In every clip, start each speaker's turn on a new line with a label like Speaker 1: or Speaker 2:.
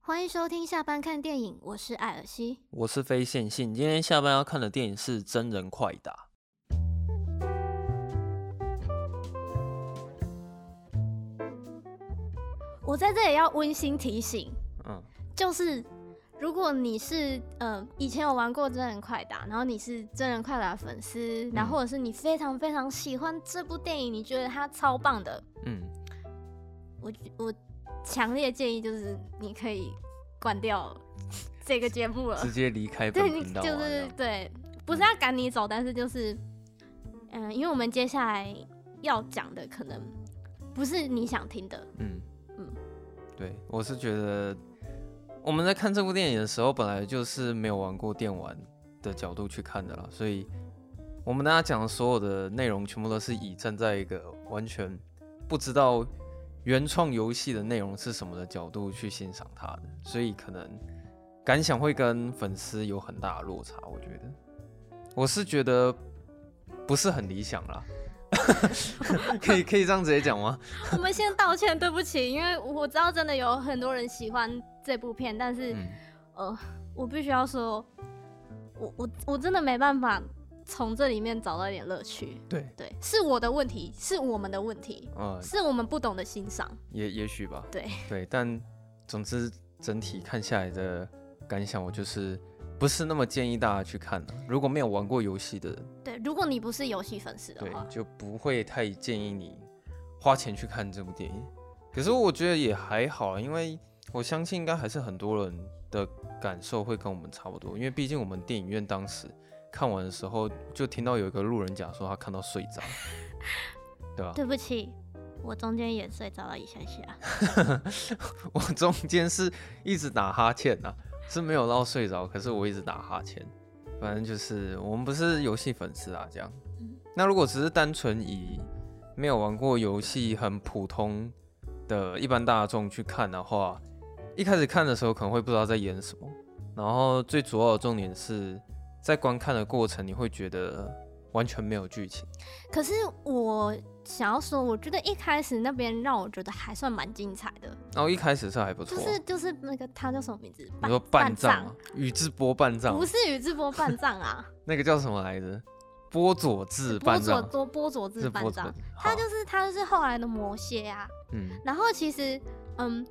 Speaker 1: 欢迎收听下班看电影，我是艾尔西。
Speaker 2: 我是非线性，今天下班要看的电影是《真人快打
Speaker 1: 我在这里要温馨提醒，》。
Speaker 2: 嗯，
Speaker 1: 就是如果你是呃以前有玩过真人快打，然后你是真人快打粉丝，然后或者是你非常非常喜欢这部电影，你觉得它超棒的，
Speaker 2: 嗯，
Speaker 1: 我我强烈建议就是你可以关掉这个节目了
Speaker 2: 直。接离开本
Speaker 1: 对，你
Speaker 2: 频道、啊、
Speaker 1: 就
Speaker 2: 这
Speaker 1: 是
Speaker 2: 样
Speaker 1: 对，不是要赶你走，但是就是，嗯、因为我们接下来要讲的可能不是你想听的，
Speaker 2: 嗯
Speaker 1: 嗯
Speaker 2: 嗯，对，我是觉得我们在看这部电影的时候，本来就是没有玩过电玩的角度去看的啦，所以我们大家讲的所有的内容，全部都是以站在一个完全不知道原创游戏的内容是什么的角度去欣赏它的，所以可能感想会跟粉丝有很大的落差。我觉得，我是觉得不是很理想啦。 可以可以这样直接讲吗？
Speaker 1: 我们先道歉，对不起，因为我知道真的有很多人喜欢这部片，但是、
Speaker 2: 嗯。
Speaker 1: 呃，我必须要说，我我我真的没办法从这里面找到一点乐趣。
Speaker 2: 对，
Speaker 1: 对，是我的问题，是我们的问题，
Speaker 2: 呃，
Speaker 1: 是我们不懂得欣赏。
Speaker 2: 也也许吧，
Speaker 1: 对
Speaker 2: 对，但总之整体看下来的感想，我就是不是那么建议大家去看的、如果没有玩过游戏的人，
Speaker 1: 对，如果你不是游戏粉丝的
Speaker 2: 对
Speaker 1: 话，，
Speaker 2: 就不会太建议你花钱去看这部电影。可是我觉得也还好啊，因为我相信应该还是很多人的感受会跟我们差不多，因为毕竟我们电影院当时看完的时候，就听到有一个路人甲说他看到睡着，对吧？
Speaker 1: 对不起，我中间也睡着了一下下。
Speaker 2: 我中间是一直打哈欠呐、是没有到睡着，可是我一直打哈欠。反正就是我们不是游戏粉丝啊，这样
Speaker 1: 嗯。
Speaker 2: 那如果只是单纯以没有玩过游戏、很普通的一般大众去看的话，一开始看的时候可能会不知道在演什么，然后最主要的重点是在观看的过程，你会觉得完全没有剧情。
Speaker 1: 可是我想要说，我觉得一开始那边让我觉得还算蛮精彩的，
Speaker 2: 然后一开始是还不错
Speaker 1: 就
Speaker 2: 啊，
Speaker 1: 是就是那个他叫什么名字？
Speaker 2: 你说半藏吗，宇智波半藏吗，啊
Speaker 1: 不是宇智波半藏啊，
Speaker 2: 那个叫什么来着？波佐治
Speaker 1: 波
Speaker 2: 半
Speaker 1: 佐
Speaker 2: 藏，
Speaker 1: 多波佐治
Speaker 2: 是
Speaker 1: 半
Speaker 2: 波佐
Speaker 1: 藏，
Speaker 2: 治，
Speaker 1: 他
Speaker 2: 好
Speaker 1: 就是他就是后来的魔蝎啊。
Speaker 2: 嗯
Speaker 1: 然后其实嗯，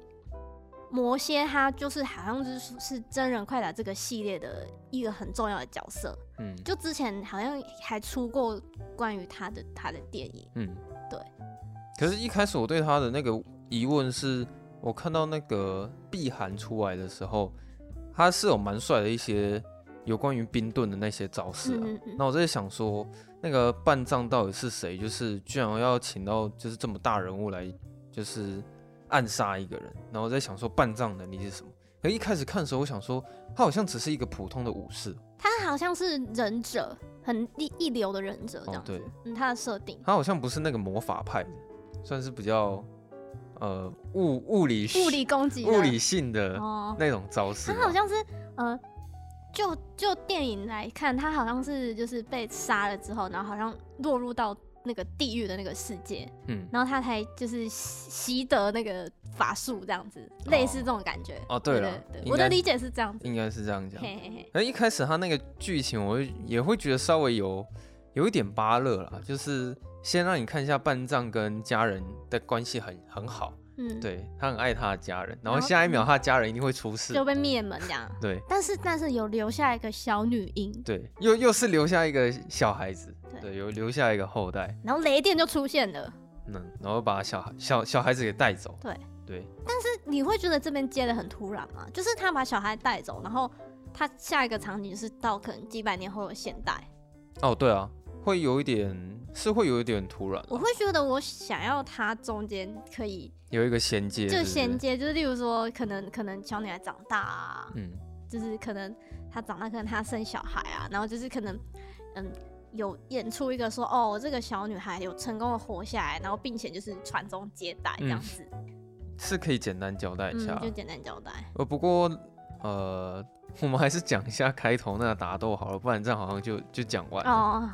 Speaker 1: 魔蝎他就是好像就是是真人快打这个系列的一个很重要的角色，
Speaker 2: 嗯
Speaker 1: 就之前好像还出过关于他的他的电影。
Speaker 2: 嗯，
Speaker 1: 对。
Speaker 2: 可是，一开始我对他的那个疑问是，我看到那个碧寒出来的时候，他是有蛮帅的一些有关于冰盾的那些招式啊。
Speaker 1: 嗯嗯嗯
Speaker 2: 那我在想说，那个半藏到底是谁？就是居然要请到就是这么大人物来，就是暗杀一个人。然后我在想说，半藏能力是什么？可一开始看的时候，我想说，他好像只是一个普通的武士，
Speaker 1: 他好像是忍者，很一一流的忍者这样子。
Speaker 2: 哦对
Speaker 1: 嗯，他的设定，
Speaker 2: 他好像不是那个魔法派的，算是比较呃物物理
Speaker 1: 物理攻击的，
Speaker 2: 物理性的
Speaker 1: 哦，
Speaker 2: 那种招式
Speaker 1: 他
Speaker 2: 吧。
Speaker 1: 好像是呃，就就电影来看，他好像是就是被杀了之后，然后好像落入到那个地狱的那个世界，
Speaker 2: 嗯
Speaker 1: 然后他才就是习习得那个法术这样子，
Speaker 2: 哦
Speaker 1: 类似这种感觉。
Speaker 2: 哦对
Speaker 1: 对
Speaker 2: 了
Speaker 1: 对
Speaker 2: 应
Speaker 1: 我的
Speaker 2: 该
Speaker 1: 理解是这样子。
Speaker 2: 应该是这样讲。
Speaker 1: 嘿嘿嘿，
Speaker 2: 那一开始他那个剧情，我会也会觉得稍微有有一点芭乐啦，就是先让你看一下半藏跟家人的关系很很好，
Speaker 1: 嗯，，
Speaker 2: 对他很爱他的家人，然
Speaker 1: 然
Speaker 2: 后
Speaker 1: 后嗯
Speaker 2: 下一秒他的家人一定会出事
Speaker 1: 就，被灭
Speaker 2: 嗯
Speaker 1: 门这 样。
Speaker 2: 对
Speaker 1: 但是但是有留下一个小女婴，
Speaker 2: 对，又又是留下一个小孩子，
Speaker 1: 对
Speaker 2: 对，有留下一个后代。
Speaker 1: 然后雷电就出现了。
Speaker 2: 嗯，然后把小孩小小孩子给带走。
Speaker 1: 对
Speaker 2: 对，
Speaker 1: 你会觉得这边接的很突然吗？就是他把小孩带走，然后他下一个场景是到可能几百年后的现代。
Speaker 2: 哦，对啊，会有一点是会有一点突然啊，
Speaker 1: 我会觉得我想要他中间可以
Speaker 2: 有一个衔接，
Speaker 1: 就是
Speaker 2: 不是
Speaker 1: 衔。接，就是例如说可能可能小女孩长大啊，
Speaker 2: 嗯，
Speaker 1: 就是可能她长大，可能她生小孩啊，然后就是可能嗯。有演出一个说哦，这个小女孩有成功的活下来，然后并且就是传宗
Speaker 2: 嗯
Speaker 1: 接代这样子，
Speaker 2: 是可以简单交代一
Speaker 1: 嗯
Speaker 2: 下。
Speaker 1: 就简单交代。
Speaker 2: 呃，不过呃，我们还是讲一下开头那个打斗好了，不然这样好像就就讲完了。
Speaker 1: 哦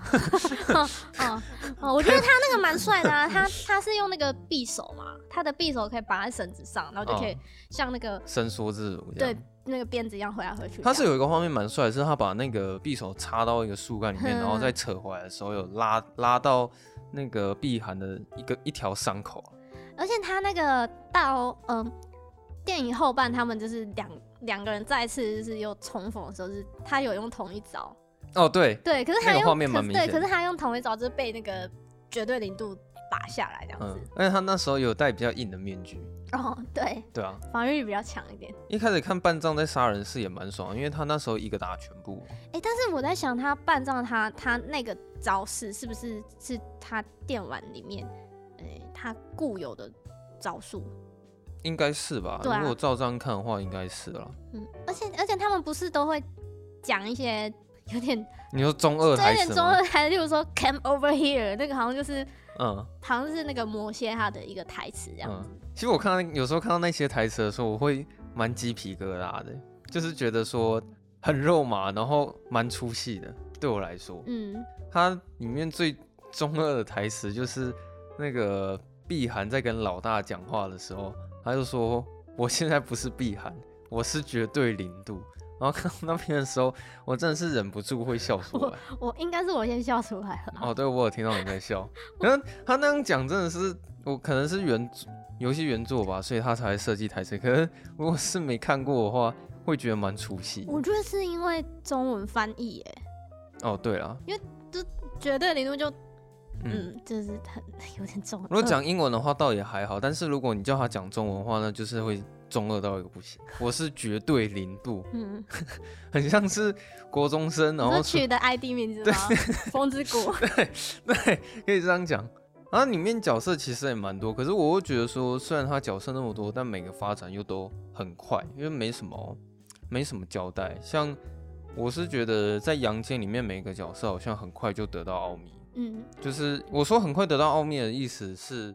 Speaker 1: 哦哦哦，我觉得他那个蛮帅的啊，他他是用那个匕首嘛，他的匕首可以绑在绳子上，然后就可以
Speaker 2: 哦
Speaker 1: 像那个、
Speaker 2: 伸缩自如这样。
Speaker 1: 对那个鞭子一样回来回去。
Speaker 2: 他是有一个画面蛮帅的，是他把那个匕首插到一个树干里面，
Speaker 1: 嗯
Speaker 2: 然后再扯回来的时候，有拉拉到那个碧寒的一个一条伤口。啊
Speaker 1: 而且他那个到嗯、电影后半，他们就是两两个人再次就是又重逢的时候，就是他有用同一招，
Speaker 2: 哦，对，
Speaker 1: 对，可是他
Speaker 2: 那
Speaker 1: 用
Speaker 2: 个画面
Speaker 1: 可
Speaker 2: 蛮
Speaker 1: 是
Speaker 2: 明
Speaker 1: 对，
Speaker 2: 显的
Speaker 1: 可是他用同一招就是被那个绝对零度打下来这样
Speaker 2: 嗯
Speaker 1: 子。，
Speaker 2: 而且他那时候有戴比较硬的面具，
Speaker 1: 哦，对，
Speaker 2: 对啊。
Speaker 1: 防御力比较强一点。
Speaker 2: 一开始看半藏在杀人是也蛮爽，因为他那时候一个打全部，
Speaker 1: 哎、但是我在想，他半藏他他那个招式是不是是他电玩里面，哎、他固有的招数？
Speaker 2: 应该是吧？
Speaker 1: 对啊
Speaker 2: 如果照这样看的话，应该是了。
Speaker 1: 嗯，而且而且他们不是都会讲一些有点
Speaker 2: 你说中二
Speaker 1: 这有
Speaker 2: 台
Speaker 1: 点
Speaker 2: 词
Speaker 1: 中
Speaker 2: 吗？
Speaker 1: 二台，例如说 “come over here”，那个好像就是
Speaker 2: 嗯
Speaker 1: 好像是那个魔蝎他的一个台词这样。
Speaker 2: 嗯，其实我看到有时候看到那些台词的时候，我会蛮鸡皮疙瘩的，就是觉得说很肉麻，然后蛮出戏的。对我来说，
Speaker 1: 嗯，
Speaker 2: 它里面最中二的台词就是那个碧寒在跟老大讲话的时候，他就说：“我现在不是碧寒，我是绝对零度。”然后看到那边的时候，我真的是忍不住会笑出来。
Speaker 1: 我应该是我先笑出来了。
Speaker 2: 哦，对，我有听到你在笑。可能他那样讲真的是，我可能是原作游戏原作吧，所以他才设计台词。可是如果是没看过的话，会觉得蛮出戏。
Speaker 1: 我觉得是因为中文翻译，耶，
Speaker 2: 哦，对了，
Speaker 1: 绝对零度就
Speaker 2: 嗯
Speaker 1: 嗯，就是很有点中二。
Speaker 2: 如果讲英文的话，倒也还好，但是如果你叫他讲中文的话，那就是会中二到一个不行。我是绝对零度，
Speaker 1: 嗯，
Speaker 2: 很像是国中生，然
Speaker 1: 你
Speaker 2: 后
Speaker 1: 说
Speaker 2: 出
Speaker 1: 取的 ID 名字吗？风之谷。
Speaker 2: 对，可以这样讲。然后里面角色其实也蛮多，可是我会觉得说，虽然他角色那么多，但每个发展又都很快，因为没什么没什么交代。像我是觉得在阳间里面，每个角色好像很快就得到奥秘，
Speaker 1: 嗯
Speaker 2: 就是我说很快得到奥秘的意思是，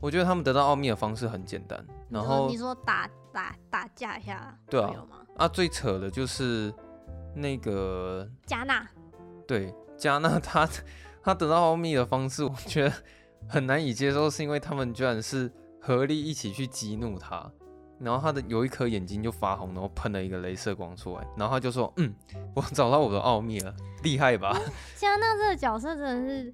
Speaker 2: 我觉得他们得到奥秘的方式很简单，
Speaker 1: 你
Speaker 2: 然
Speaker 1: 说
Speaker 2: 后
Speaker 1: 你说打打打架一下，
Speaker 2: 对啊
Speaker 1: 会有吗？
Speaker 2: 啊，最扯的就是那个
Speaker 1: 加纳，
Speaker 2: 对加纳他 他得到奥秘的方式，我觉得很难以接受，是因为他们居然是合力一起去激怒他，然后他的有一颗眼睛就发红，然后喷了一个镭射光出来，然后他就说：“嗯，我找到我的奥秘了，厉害吧
Speaker 1: 加纳这个角色真的是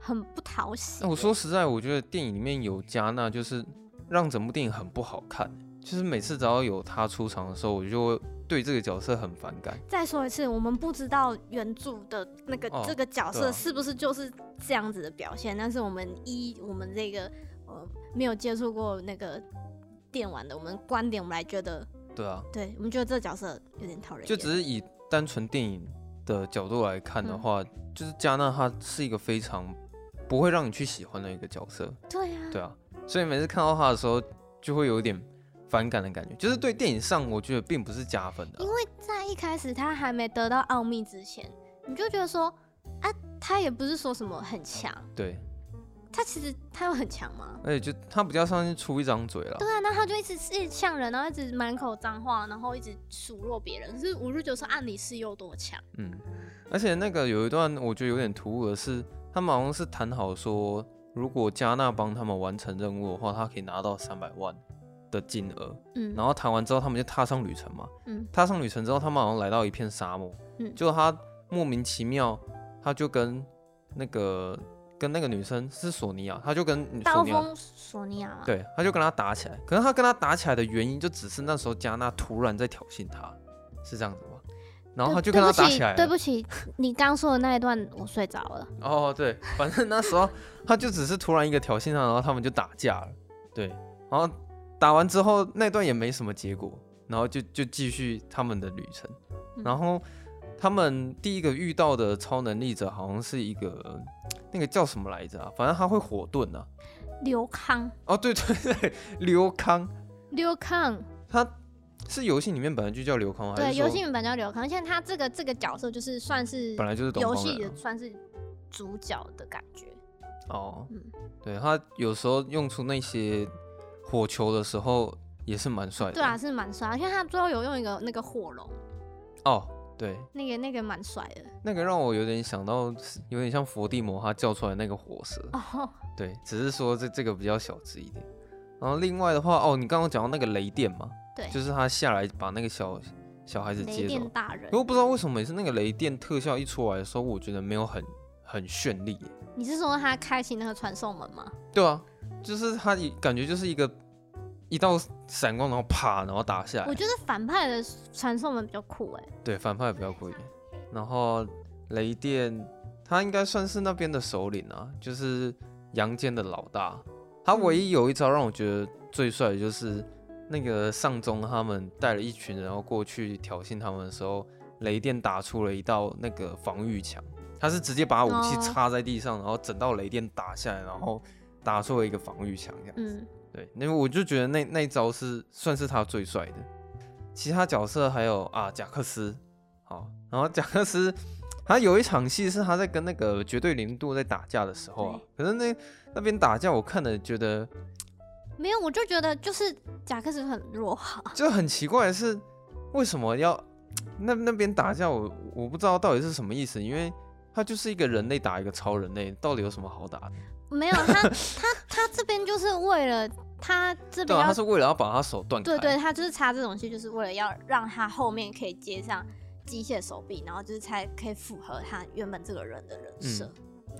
Speaker 1: 很不讨？”喜
Speaker 2: 那。我说实在，我觉得电影里面有加纳，就是让整部电影很不好看。就是每次只要有他出场的时候，我就会对这个角色很反感。
Speaker 1: 再说一次，我们不知道原著的那个、
Speaker 2: 哦
Speaker 1: 这个角
Speaker 2: 对
Speaker 1: 色
Speaker 2: 啊
Speaker 1: 是不是就是这样子的表现，但是我们依我们这个呃没有接触过那个电玩的，我们观点我们来觉得，
Speaker 2: 对啊，
Speaker 1: 对我们觉得这个角色有点讨人
Speaker 2: 就
Speaker 1: 厌，
Speaker 2: 只是以单纯电影的角度来看的
Speaker 1: 嗯
Speaker 2: 话，就是加纳他是一个非常不会让你去喜欢的一个角色，
Speaker 1: 对啊，
Speaker 2: 对啊，所以每次看到他的时候，就会有一点反感的感觉，就是对电影上我觉得并不是加分的啊
Speaker 1: 因，为在一开始他还没得到奥秘之前，你就觉得说啊，他也不是说什么很强，
Speaker 2: 对，
Speaker 1: 他其实他有很强吗？
Speaker 2: 而且就他比较像是出一张嘴了，
Speaker 1: 对啊，那他就一直一直呛人，然后一直满口脏话，然后一直数落别人。可是我就觉得说，啊，你是又多强？
Speaker 2: 嗯，而且那个有一段我觉得有点突兀的是，他们好像是谈好说，如果加纳帮他们完成任务的话，他可以拿到三百万的金额，
Speaker 1: 嗯，
Speaker 2: 然后谈完之后，他们就踏上旅程嘛。
Speaker 1: 嗯
Speaker 2: 踏上旅程之后，他们好像来到一片沙漠。
Speaker 1: 嗯
Speaker 2: 就他莫名其妙，他就跟那个跟那个女生是索尼啊娅，他就跟索
Speaker 1: 刀
Speaker 2: 尼娅，
Speaker 1: 锋索尼娅嘛，
Speaker 2: 对，他就跟他打起来。可是他跟他打起来的原因，就只是那时候加纳突然在挑衅他，是这样子吗？然后他就跟他打起来了。
Speaker 1: 对不起，对不起，你刚说的那一段我睡着了。嗯
Speaker 2: 哦，对，反正那时候他就只是突然一个挑衅他，然后他们就打架了。对，然后打完之后那段也没什么结果，然后就就继续他们的旅程。
Speaker 1: 嗯
Speaker 2: 然后他们第一个遇到的超能力者好像是一个呃那个叫什么来着啊？反正他会火遁啊。
Speaker 1: 刘康，
Speaker 2: 哦，对 对对，刘康，
Speaker 1: 刘康，
Speaker 2: 他是游戏里面本来就叫刘康，还
Speaker 1: 对，
Speaker 2: 是
Speaker 1: 游
Speaker 2: 说
Speaker 1: 戏名本叫刘康，现在他这个这个角色就是算是
Speaker 2: 本来就是东
Speaker 1: 游
Speaker 2: 方
Speaker 1: 戏
Speaker 2: 人啊
Speaker 1: 的？算是主角的感觉。
Speaker 2: 哦，
Speaker 1: 嗯
Speaker 2: 对他有时候用出那些火球的时候，也是蛮帅的。
Speaker 1: 对啊，是蛮帅，因为他最后有用一个那个火龙，
Speaker 2: 哦，对，
Speaker 1: 那个那个蛮帅的
Speaker 2: 那个让我有点想到，有点像伏地魔他叫出来那个火蛇。
Speaker 1: 哦。
Speaker 2: 对，只是说这这个比较小只一点。然后另外的话，哦，你刚刚讲到那个雷电嘛，
Speaker 1: 对
Speaker 2: 就是他下来把那个小小孩子
Speaker 1: 雷
Speaker 2: 接走
Speaker 1: 电。大人
Speaker 2: 可，我不知道为什么每次那个雷电特效一出来的时候，我觉得没有很很绚丽耶。
Speaker 1: 你是说他开启那个传送门吗？
Speaker 2: 对啊，就是他一感觉就是一个一道闪光，然后啪，然后打下
Speaker 1: 我
Speaker 2: 来。
Speaker 1: 觉得反派的传送门比较酷哎、
Speaker 2: 对，反派比较酷一点。然后雷电他应该算是那边的首领啊，就是阳间的老大。他唯一有一招让我觉得最帅的就是那个上中他们带了一群人要过去挑衅他们的时候，雷电打出了一道那个防御墙，他是直接把武器
Speaker 1: 哦
Speaker 2: 插在地上，然后整道雷电打下来，然后打出了一个防御墙这样。
Speaker 1: 嗯，
Speaker 2: 对，那我就觉得那那一招是算是他最帅的。其他角色还有啊，贾克斯，好，然后贾克斯他有一场戏是他在跟那个绝对零度在打架的时候啊，可是那那边打架我看了觉得
Speaker 1: 没有，我就觉得就是贾克斯很弱，
Speaker 2: 就很奇怪的是为什么要那那边打架我我不知道到底是什么意思，因为他就是一个人类打一个超人类，到底有什么好打的？
Speaker 1: 没有他他他这边就是为了他这
Speaker 2: 对
Speaker 1: 边
Speaker 2: 啊，
Speaker 1: 要
Speaker 2: 他是为了要把他手断开，
Speaker 1: 对对，他就是插这种戏，就是为了要让他后面可以接上机械手臂，然后就是才可以符合他原本这个人的人设。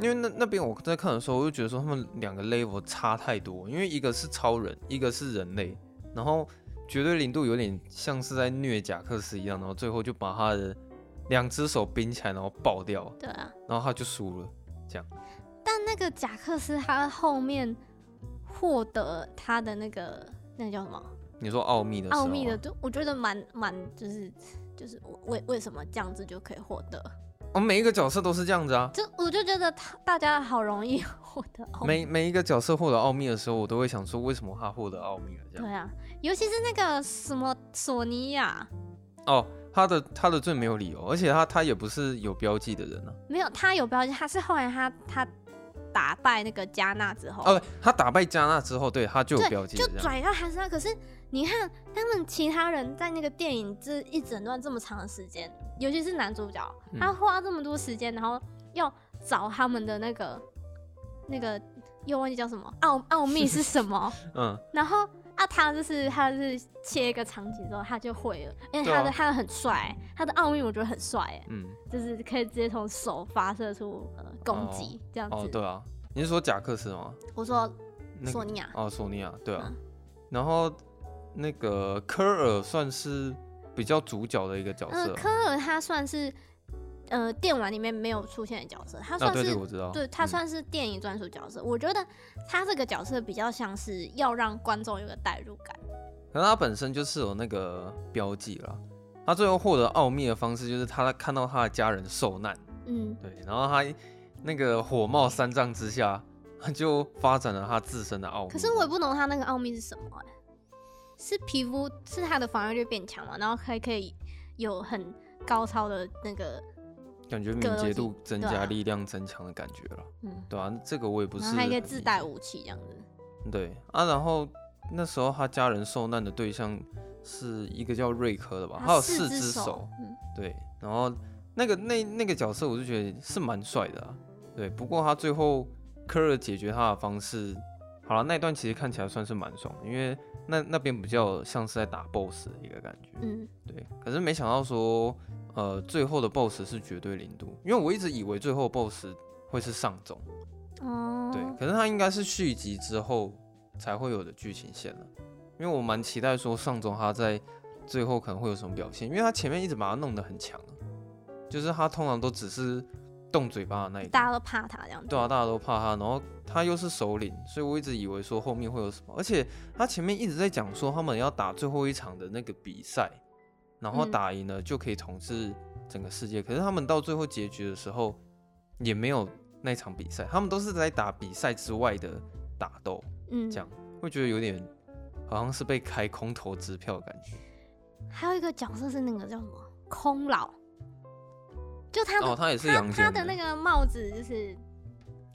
Speaker 2: 因为那那边我在看的时候，我就觉得说他们两个 level 差太多，因为一个是超人，一个是人类，然后绝对零度有点像是在虐贾克斯一样，然后最后就把他的两只手冰起来，然后爆掉，
Speaker 1: 对啊，
Speaker 2: 然后他就输了。
Speaker 1: 但那个贾克斯他后面获得他的那个那个叫什么
Speaker 2: 你说奥秘的时候啊，
Speaker 1: 奥秘的，就我觉得蛮蛮就是就是我为为什么这样子就可以获得？
Speaker 2: 哦，每一个角色都是这样子啊，
Speaker 1: 就我就觉得他大家好容易获得奥秘。
Speaker 2: 每每一个角色获得奥秘的时候，我都会想说为什么他获得奥秘了这样
Speaker 1: 对。啊，尤其是那个什么索尼娅，
Speaker 2: 哦，他的他的最没有理由，而且他他也不是有标记的人啊。
Speaker 1: 没有他有标记，他是后来他他打败那个加纳之后，
Speaker 2: 哦，他打败加纳之后，对他就有
Speaker 1: 对
Speaker 2: 标记
Speaker 1: 就
Speaker 2: 了这样。
Speaker 1: 拽到他身上。可是你看他们其他人在那个电影这一整段这么长的时间，尤其是男主角，
Speaker 2: 嗯
Speaker 1: 他花这么多时间，然后要找他们的那个那个又忘记叫什么奥奥秘是什 么，
Speaker 2: 嗯。
Speaker 1: 然后啊他就是他就是切一个场景之后他就会了，因为
Speaker 2: 对
Speaker 1: 他
Speaker 2: 啊
Speaker 1: 的、他的很帅、他的奥秘我觉得很帅、哎，
Speaker 2: 嗯，
Speaker 1: 就是可以直接从手发射出呃攻击、这样子。
Speaker 2: 哦，对啊，你是说贾克斯吗？
Speaker 1: 我说
Speaker 2: 那
Speaker 1: 索
Speaker 2: 个
Speaker 1: 尼娅，
Speaker 2: 哦，索尼娅，对啊
Speaker 1: 嗯。
Speaker 2: 然后那个科尔算是比较主角的一个角
Speaker 1: 嗯、
Speaker 2: 色，啊
Speaker 1: 科尔他算是呃电玩里面没有出现的角色，他
Speaker 2: 啊，
Speaker 1: 算
Speaker 2: 对
Speaker 1: 是、
Speaker 2: 这个我知道，
Speaker 1: 对他
Speaker 2: 嗯
Speaker 1: 算是电影专属角色。我觉得他这个角色比较像是要让观众有个代入感。
Speaker 2: 可是他本身就是有那个标记啦。他最后获得奥秘的方式就是他看到他的家人受难，
Speaker 1: 嗯，
Speaker 2: 对，然后他那个火冒三丈之下，他就发展了他自身的奥秘。
Speaker 1: 可是我也不懂他那个奥秘是什么、欸，是皮肤是他的防御力变强嘛，然后还可以有很高超的那个
Speaker 2: 感觉敏
Speaker 1: 格斗
Speaker 2: 捷
Speaker 1: 技
Speaker 2: 度增
Speaker 1: 对啊
Speaker 2: 加、力量增强的感觉了，
Speaker 1: 嗯，
Speaker 2: 对啊，这个我也不是
Speaker 1: 然
Speaker 2: 很
Speaker 1: 后
Speaker 2: 理解。
Speaker 1: 还可以自带武器这样子。
Speaker 2: 对啊，然后那时候他家人受难的对象是一个叫瑞克的吧，哦他有四
Speaker 1: 只
Speaker 2: 只
Speaker 1: 手
Speaker 2: 手，，
Speaker 1: 嗯，
Speaker 2: 对，然后那个那那个角色我就觉得是蛮帅的啊，对，不过他最后科尔解决他的方式，好了，那一段其实看起来算是蛮爽的，因为那那边比较像是在打 BOSS 的一个感觉，
Speaker 1: 嗯，
Speaker 2: 对，可是没想到说，呃，最后的 BOSS 是绝对零度，因为我一直以为最后 BOSS 会是上中。
Speaker 1: 哦，
Speaker 2: 对，可是它应该是续集之后才会有的剧情线了，因为我蛮期待说上中他在最后可能会有什么表现，因为他前面一直把他弄得很强啊，就是他通常都只是动嘴巴的那一个，
Speaker 1: 大家都怕他这样子。
Speaker 2: 对啊，大家都怕他，然后他又是首领，所以我一直以为说后面会有什么，而且他前面一直在讲说他们要打最后一场的那个比赛，然后
Speaker 1: 嗯
Speaker 2: 打赢了就可以统治整个世界，可是他们到最后结局的时候也没有那一场比赛，他们都是在打比赛之外的打斗，
Speaker 1: 嗯，
Speaker 2: 这样会觉得有点好像是被开空头支票的感觉。
Speaker 1: 还有一个角色是那个叫什么空老，就他的、
Speaker 2: 哦，他也是
Speaker 1: 他
Speaker 2: 阳间
Speaker 1: 他的那个帽子就是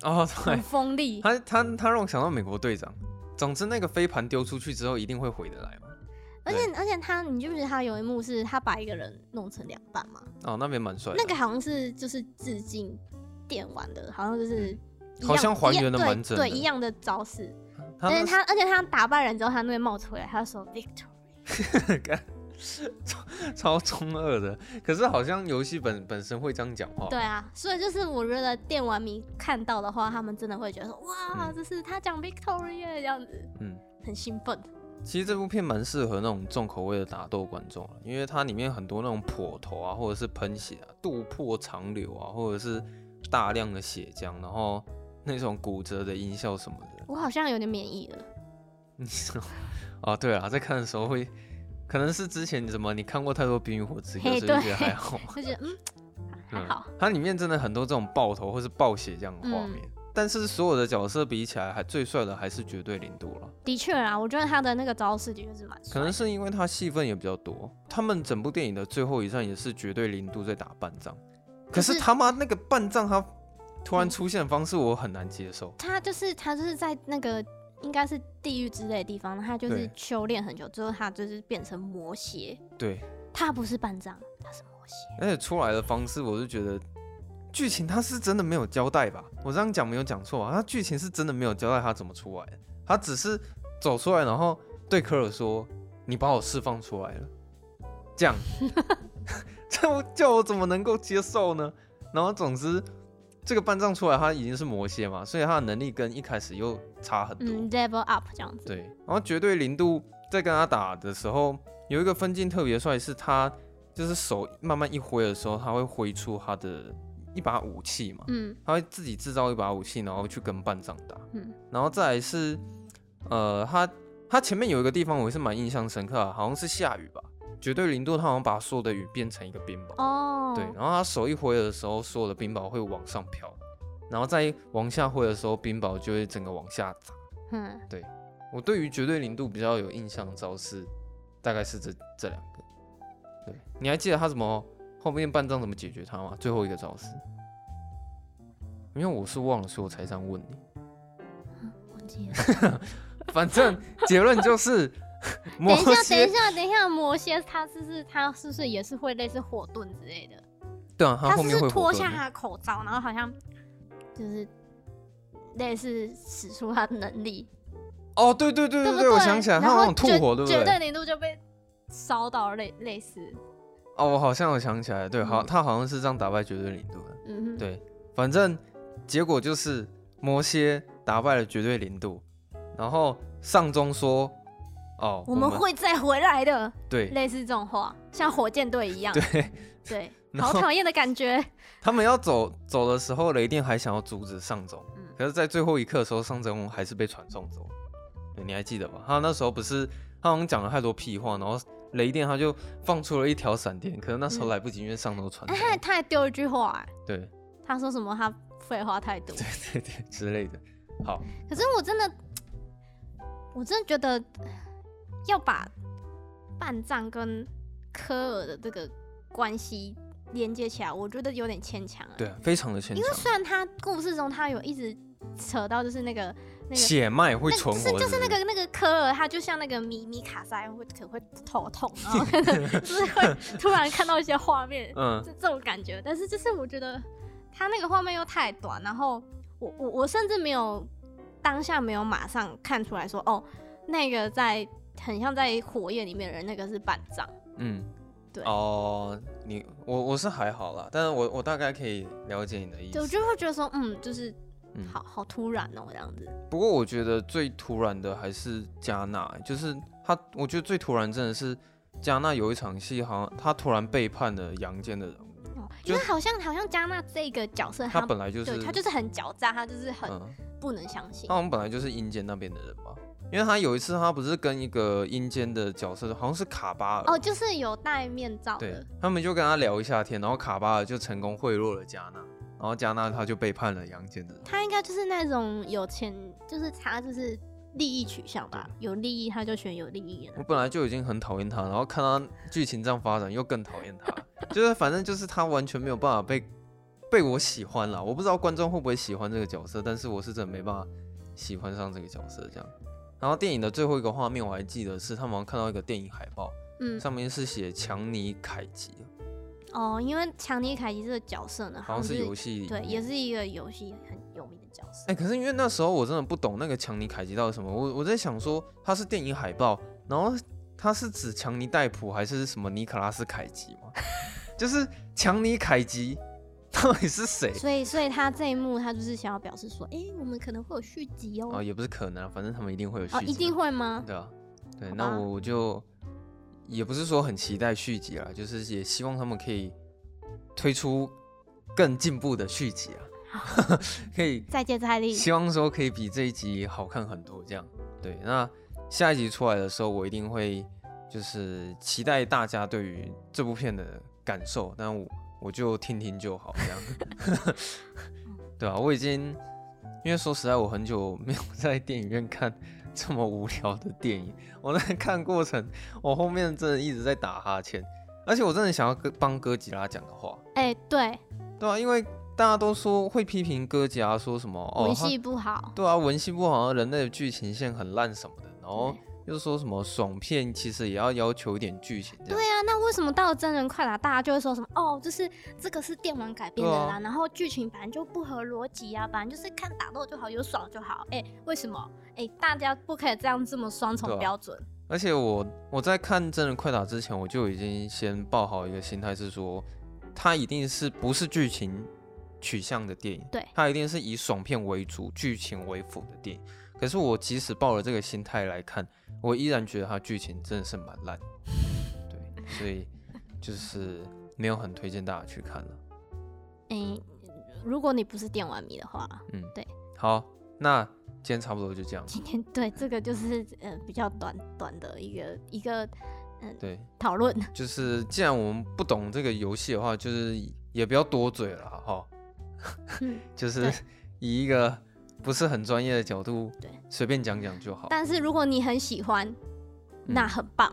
Speaker 2: 哦，
Speaker 1: 很
Speaker 2: 对，
Speaker 1: 锋利，
Speaker 2: 他他他让我想到美国队长。总之，那个飞盘丢出去之后一定会回得来嘛？
Speaker 1: 而且而且他，你记不记得他有一幕是他把一个人弄成两半吗？
Speaker 2: 哦，那边蛮帅的。
Speaker 1: 那个好像是就是致敬电玩的，好像就是一样
Speaker 2: 嗯好像还原得
Speaker 1: 一样
Speaker 2: 蛮真的
Speaker 1: 对对一样的招式。
Speaker 2: 他
Speaker 1: 但
Speaker 2: 那
Speaker 1: 是他而且他打败人之后，他那边冒出来，他就说 Victor。
Speaker 2: 干 超超中二的，可是好像游戏本本身会这样讲话。
Speaker 1: 对啊，所以就是我觉得电玩迷看到的话，他们真的会觉得说哇，
Speaker 2: 嗯
Speaker 1: 这是他讲 Victory 耶这样子，
Speaker 2: 嗯，
Speaker 1: 很兴奋。
Speaker 2: 其实这部片蛮适合那种重口味的打斗观众啊，因为它里面很多那种破头啊，或者是喷血啊、渡破长流啊，或者是大量的血浆，然后那种骨折的音效什么的。
Speaker 1: 我好像有点免疫了，
Speaker 2: 你知道？哦，对啊，在看的时候会，可能是之前怎么你看过太多《冰与火之歌》，所
Speaker 1: 嘿
Speaker 2: 以就觉
Speaker 1: 对
Speaker 2: 得还好。
Speaker 1: 就觉得嗯还好。
Speaker 2: 它里面真的很多这种爆头或是爆血这样的画
Speaker 1: 嗯
Speaker 2: 面，但是所有的角色比起来，还最帅的还是绝对零度了。
Speaker 1: 的确啊，我觉得他的那个招式的确是蛮帅的
Speaker 2: 可能是因为他戏份也比较多，他们整部电影的最后一战也是绝对零度在打半仗，可
Speaker 1: 可
Speaker 2: 是
Speaker 1: 是
Speaker 2: 他妈那个半仗他突然
Speaker 1: 嗯
Speaker 2: 出现的方式我很难接受。
Speaker 1: 他就是他就是在那个应该是地狱之类的地方，他就是
Speaker 2: 对
Speaker 1: 修炼很久之后，他就是变成魔蝎，
Speaker 2: 对，
Speaker 1: 他不是半藏，他是魔蝎。
Speaker 2: 而且出来的方式我就觉得剧情他是真的没有交代吧？我这样讲没有讲错啊，他剧情是真的没有交代他怎么出来的，他只是走出来然后对科尔说：“你把我释放出来了。”这样，这我叫我怎么能够接受呢？然后总之，这个半藏出来他已经是魔蝎嘛，所以他的能力跟一开始又差很多。
Speaker 1: 嗯，level up 这样子，
Speaker 2: 对，然后绝对零度在跟他打的时候，有一个分镜特别帅，是他就是手慢慢一挥的时候，他会挥出他的一把武器嘛，
Speaker 1: 嗯
Speaker 2: 他会自己制造一把武器，然后去跟半藏打。
Speaker 1: 嗯，
Speaker 2: 然后再来是，呃，他他前面有一个地方我也是蛮印象深刻的，好像是下雨吧，绝对零度他好像把所有的雨变成一个冰雹。
Speaker 1: 哦，
Speaker 2: 对，然后他手一挥的时候，所有的冰雹会往上飘，然后再往下挥的时候，冰雹就会整个往下砸。
Speaker 1: 嗯，
Speaker 2: 我对于绝对零度比较有印象的招式，大概是这这两个。对，你还记得他怎么后面半藏怎么解决他吗？最后一个招式，因为我是忘了，所以我才这样问你。
Speaker 1: 忘记了。
Speaker 2: 反正结论就是，
Speaker 1: 等
Speaker 2: 摩
Speaker 1: 一下，等
Speaker 2: 羯
Speaker 1: 一下，等一下，魔蝎他是不是他是不是也是会类似火遁之类的？
Speaker 2: 对啊，他
Speaker 1: 是
Speaker 2: 后
Speaker 1: 不
Speaker 2: 面
Speaker 1: 是
Speaker 2: 会
Speaker 1: 脱
Speaker 2: 火
Speaker 1: 下
Speaker 2: 遁
Speaker 1: 他
Speaker 2: 的。
Speaker 1: 的口罩，然后好像就是类似使出他的能力，
Speaker 2: 哦，对对对
Speaker 1: 对不
Speaker 2: 对，我想起来，他
Speaker 1: 然
Speaker 2: 好
Speaker 1: 后
Speaker 2: 像吐
Speaker 1: 绝
Speaker 2: 火，对不
Speaker 1: 绝对
Speaker 2: 对？
Speaker 1: 零度就被烧到类类似，
Speaker 2: 哦，我好像我想起来，对，好，
Speaker 1: 嗯
Speaker 2: 他好像是这样打败绝对零度的。
Speaker 1: 嗯哼，
Speaker 2: 对，反正结果就是摩蝎打败了绝对零度，然后上中说，哦，
Speaker 1: 我们会再回来的，
Speaker 2: 对
Speaker 1: 类似这种话，像火箭队一样，
Speaker 2: 对，
Speaker 1: 对，
Speaker 2: 然
Speaker 1: 好
Speaker 2: 后
Speaker 1: 讨厌的感 觉。
Speaker 2: 他们要走走的时候，雷电还想要阻止上中，
Speaker 1: 嗯
Speaker 2: 可是，在最后一刻的时候，上中还是被传送走了。对你还记得吧？他那时候不是他好像讲了太多屁话，然后雷电他就放出了一条闪电，可是那时候
Speaker 1: 嗯
Speaker 2: 来不及，因为上头传
Speaker 1: 哎，
Speaker 2: 送。
Speaker 1: 他 他还丢一句话、哎
Speaker 2: 对
Speaker 1: 他说什么？他废话太多。
Speaker 2: 对对之类的。好，
Speaker 1: 可是我真的，我真的觉得 要把半藏跟科尔的这个关系连接起来，我觉得有点牵强了。
Speaker 2: 对，啊，非常的牵
Speaker 1: 因为
Speaker 2: 强，
Speaker 1: 虽然他故事中他有一直扯到就是那个那个
Speaker 2: 血脉会
Speaker 1: 那
Speaker 2: 存
Speaker 1: 是
Speaker 2: 活
Speaker 1: 就是那
Speaker 2: 不
Speaker 1: 个那个科尔，他就像那个米米卡塞会可能会头痛，然 后可能就是会突然看到一些画面，
Speaker 2: 嗯，
Speaker 1: 这这种感觉。但是就是我觉得他那个画面又太短，然后我我我甚至没有当下没有马上看出来说哦，那个在很像在火焰里面的人，那个是半藏。
Speaker 2: 嗯，
Speaker 1: 对
Speaker 2: 哦，你我我是还好啦，但是我我大概可以了解你的意
Speaker 1: 对，我
Speaker 2: 思。
Speaker 1: 就会觉得说，嗯，就是
Speaker 2: 嗯
Speaker 1: 好好突然哦，这样子。
Speaker 2: 不过我觉得最突然的还是加纳，欸就是他，我觉得最突然真的是加纳有一场戏，好像他突然背叛了阳间的人物，
Speaker 1: 哦因
Speaker 2: 就
Speaker 1: 为好像好像加纳这个角色，
Speaker 2: 他
Speaker 1: 呃他
Speaker 2: 本来就是，
Speaker 1: 对他就是很狡诈，他就是很
Speaker 2: 嗯，
Speaker 1: 不能相信
Speaker 2: 他。好像本来就是阴间那边的人吧。因为他有一次，他不是跟一个阴间的角色，好像是卡巴尔
Speaker 1: 哦，就是有戴面罩
Speaker 2: 对
Speaker 1: 的，，
Speaker 2: 他们就跟他聊一下天，然后卡巴尔就成功贿赂了加纳，然后加纳他就背叛了阳间的人。
Speaker 1: 他应该就是那种有钱，就是他就是利益取向吧，有利益他就选有利益的
Speaker 2: 我。本来就已经很讨厌他，然后看他剧情这样发展，又更讨厌他。就是反正就是他完全没有办法被被我喜欢了。我不知道观众会不会喜欢这个角色，但是我是真的没办法喜欢上这个角色。这样，然后电影的最后一个画面我还记得是他们好像看到一个电影海报，
Speaker 1: 嗯，
Speaker 2: 上面是写强尼凯奇，
Speaker 1: 哦，因为强尼凯奇这个角色呢，
Speaker 2: 好像是游戏里
Speaker 1: 对，
Speaker 2: 面
Speaker 1: 也是一个游戏很有名的角色。
Speaker 2: 哎、可是因为那时候我真的不懂那个强尼凯奇到底是什么，我我在想说他是电影海报，然后他是指强尼戴普还是什么尼可拉斯凯奇吗？ 就是强尼凯奇到底是谁？
Speaker 1: 所以，所以他这一幕，他就是想要表示说，哎、我们可能会有续集哦。
Speaker 2: 哦，也不是可能啊，反正他们一定会有续集、
Speaker 1: 哦，一定。会吗？
Speaker 2: 对啊，对，
Speaker 1: 好吧
Speaker 2: 那我我就也不是说很期待续集啦，就是也希望他们可以推出更进步的续集啊， 可以
Speaker 1: 再接再厉。
Speaker 2: 希望说可以比这一集好看很多，这样。对，那下一集出来的时候，我一定会就是期待大家对于这部片的感受，但我我就听听就好，这样。对啊，我已经因为说实在，我很久没有在电影院看这么无聊的电影。我在看过程，我后面真的一直在打哈欠，而且我真的想要跟帮哥吉拉讲个话，
Speaker 1: 哎、对，
Speaker 2: 对啊，因为大家都说会批评哥吉拉说什么哦，
Speaker 1: 文
Speaker 2: 他
Speaker 1: 戏不好。
Speaker 2: 对啊，文戏部好像人类的剧情线很烂什么的，然后
Speaker 1: 对
Speaker 2: 又说什么爽片其实也要要求一点剧情这样。
Speaker 1: 对啊，那为什么到了真人快打，大家就会说什么哦，就是这个是电玩改编的
Speaker 2: 对啊
Speaker 1: 啦，然后剧情本来就不合逻辑啊，本来就是看打斗就好，有爽就好。哎、为什么？哎、大家不可以这样这么双
Speaker 2: 对
Speaker 1: 重
Speaker 2: 啊
Speaker 1: 标准。
Speaker 2: 而且我我在看《真人快打》之前，我就已经先抱好一个心态，是说它一定是不是剧情取向的电影，
Speaker 1: 对
Speaker 2: 它一定是以爽片为主、剧情为辅的电影。可是我即使抱了这个心态来看，我依然觉得它剧情真的是蛮烂，对，所以就是没有很推荐大家去看了。
Speaker 1: 哎、如果你不是电玩迷的话，
Speaker 2: 嗯，
Speaker 1: 对。
Speaker 2: 好，那今天差不多就这样。
Speaker 1: 今天对这个就是呃比较短短的一个一个
Speaker 2: 对，
Speaker 1: 讨论。
Speaker 2: 就是既然我们不懂这个游戏的话，就是也不要多嘴了哈。齁
Speaker 1: 嗯
Speaker 2: 就是
Speaker 1: 对
Speaker 2: 以一个不是很专业的角度，
Speaker 1: 对，
Speaker 2: 随便讲讲就好。
Speaker 1: 但是如果你很喜欢，
Speaker 2: 嗯
Speaker 1: 那很棒，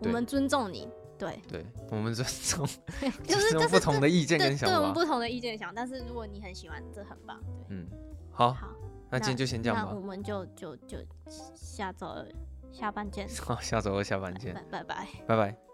Speaker 1: 我
Speaker 2: 对
Speaker 1: 们尊重你。 对，
Speaker 2: 对，我们尊重，
Speaker 1: 就是
Speaker 2: 尊
Speaker 1: 就
Speaker 2: 重不
Speaker 1: 是
Speaker 2: 同的意见
Speaker 1: 对
Speaker 2: 跟想
Speaker 1: 对我们
Speaker 2: 法。
Speaker 1: 不同的意见想，但是如果你很喜欢，这很棒。对，
Speaker 2: 嗯，好，
Speaker 1: 好，
Speaker 2: 那今天就先这
Speaker 1: 那
Speaker 2: 样
Speaker 1: 我
Speaker 2: 吧。
Speaker 1: 们就就就下周下半见，
Speaker 2: 好，下周二下班见
Speaker 1: 拜，拜拜。
Speaker 2: 拜拜。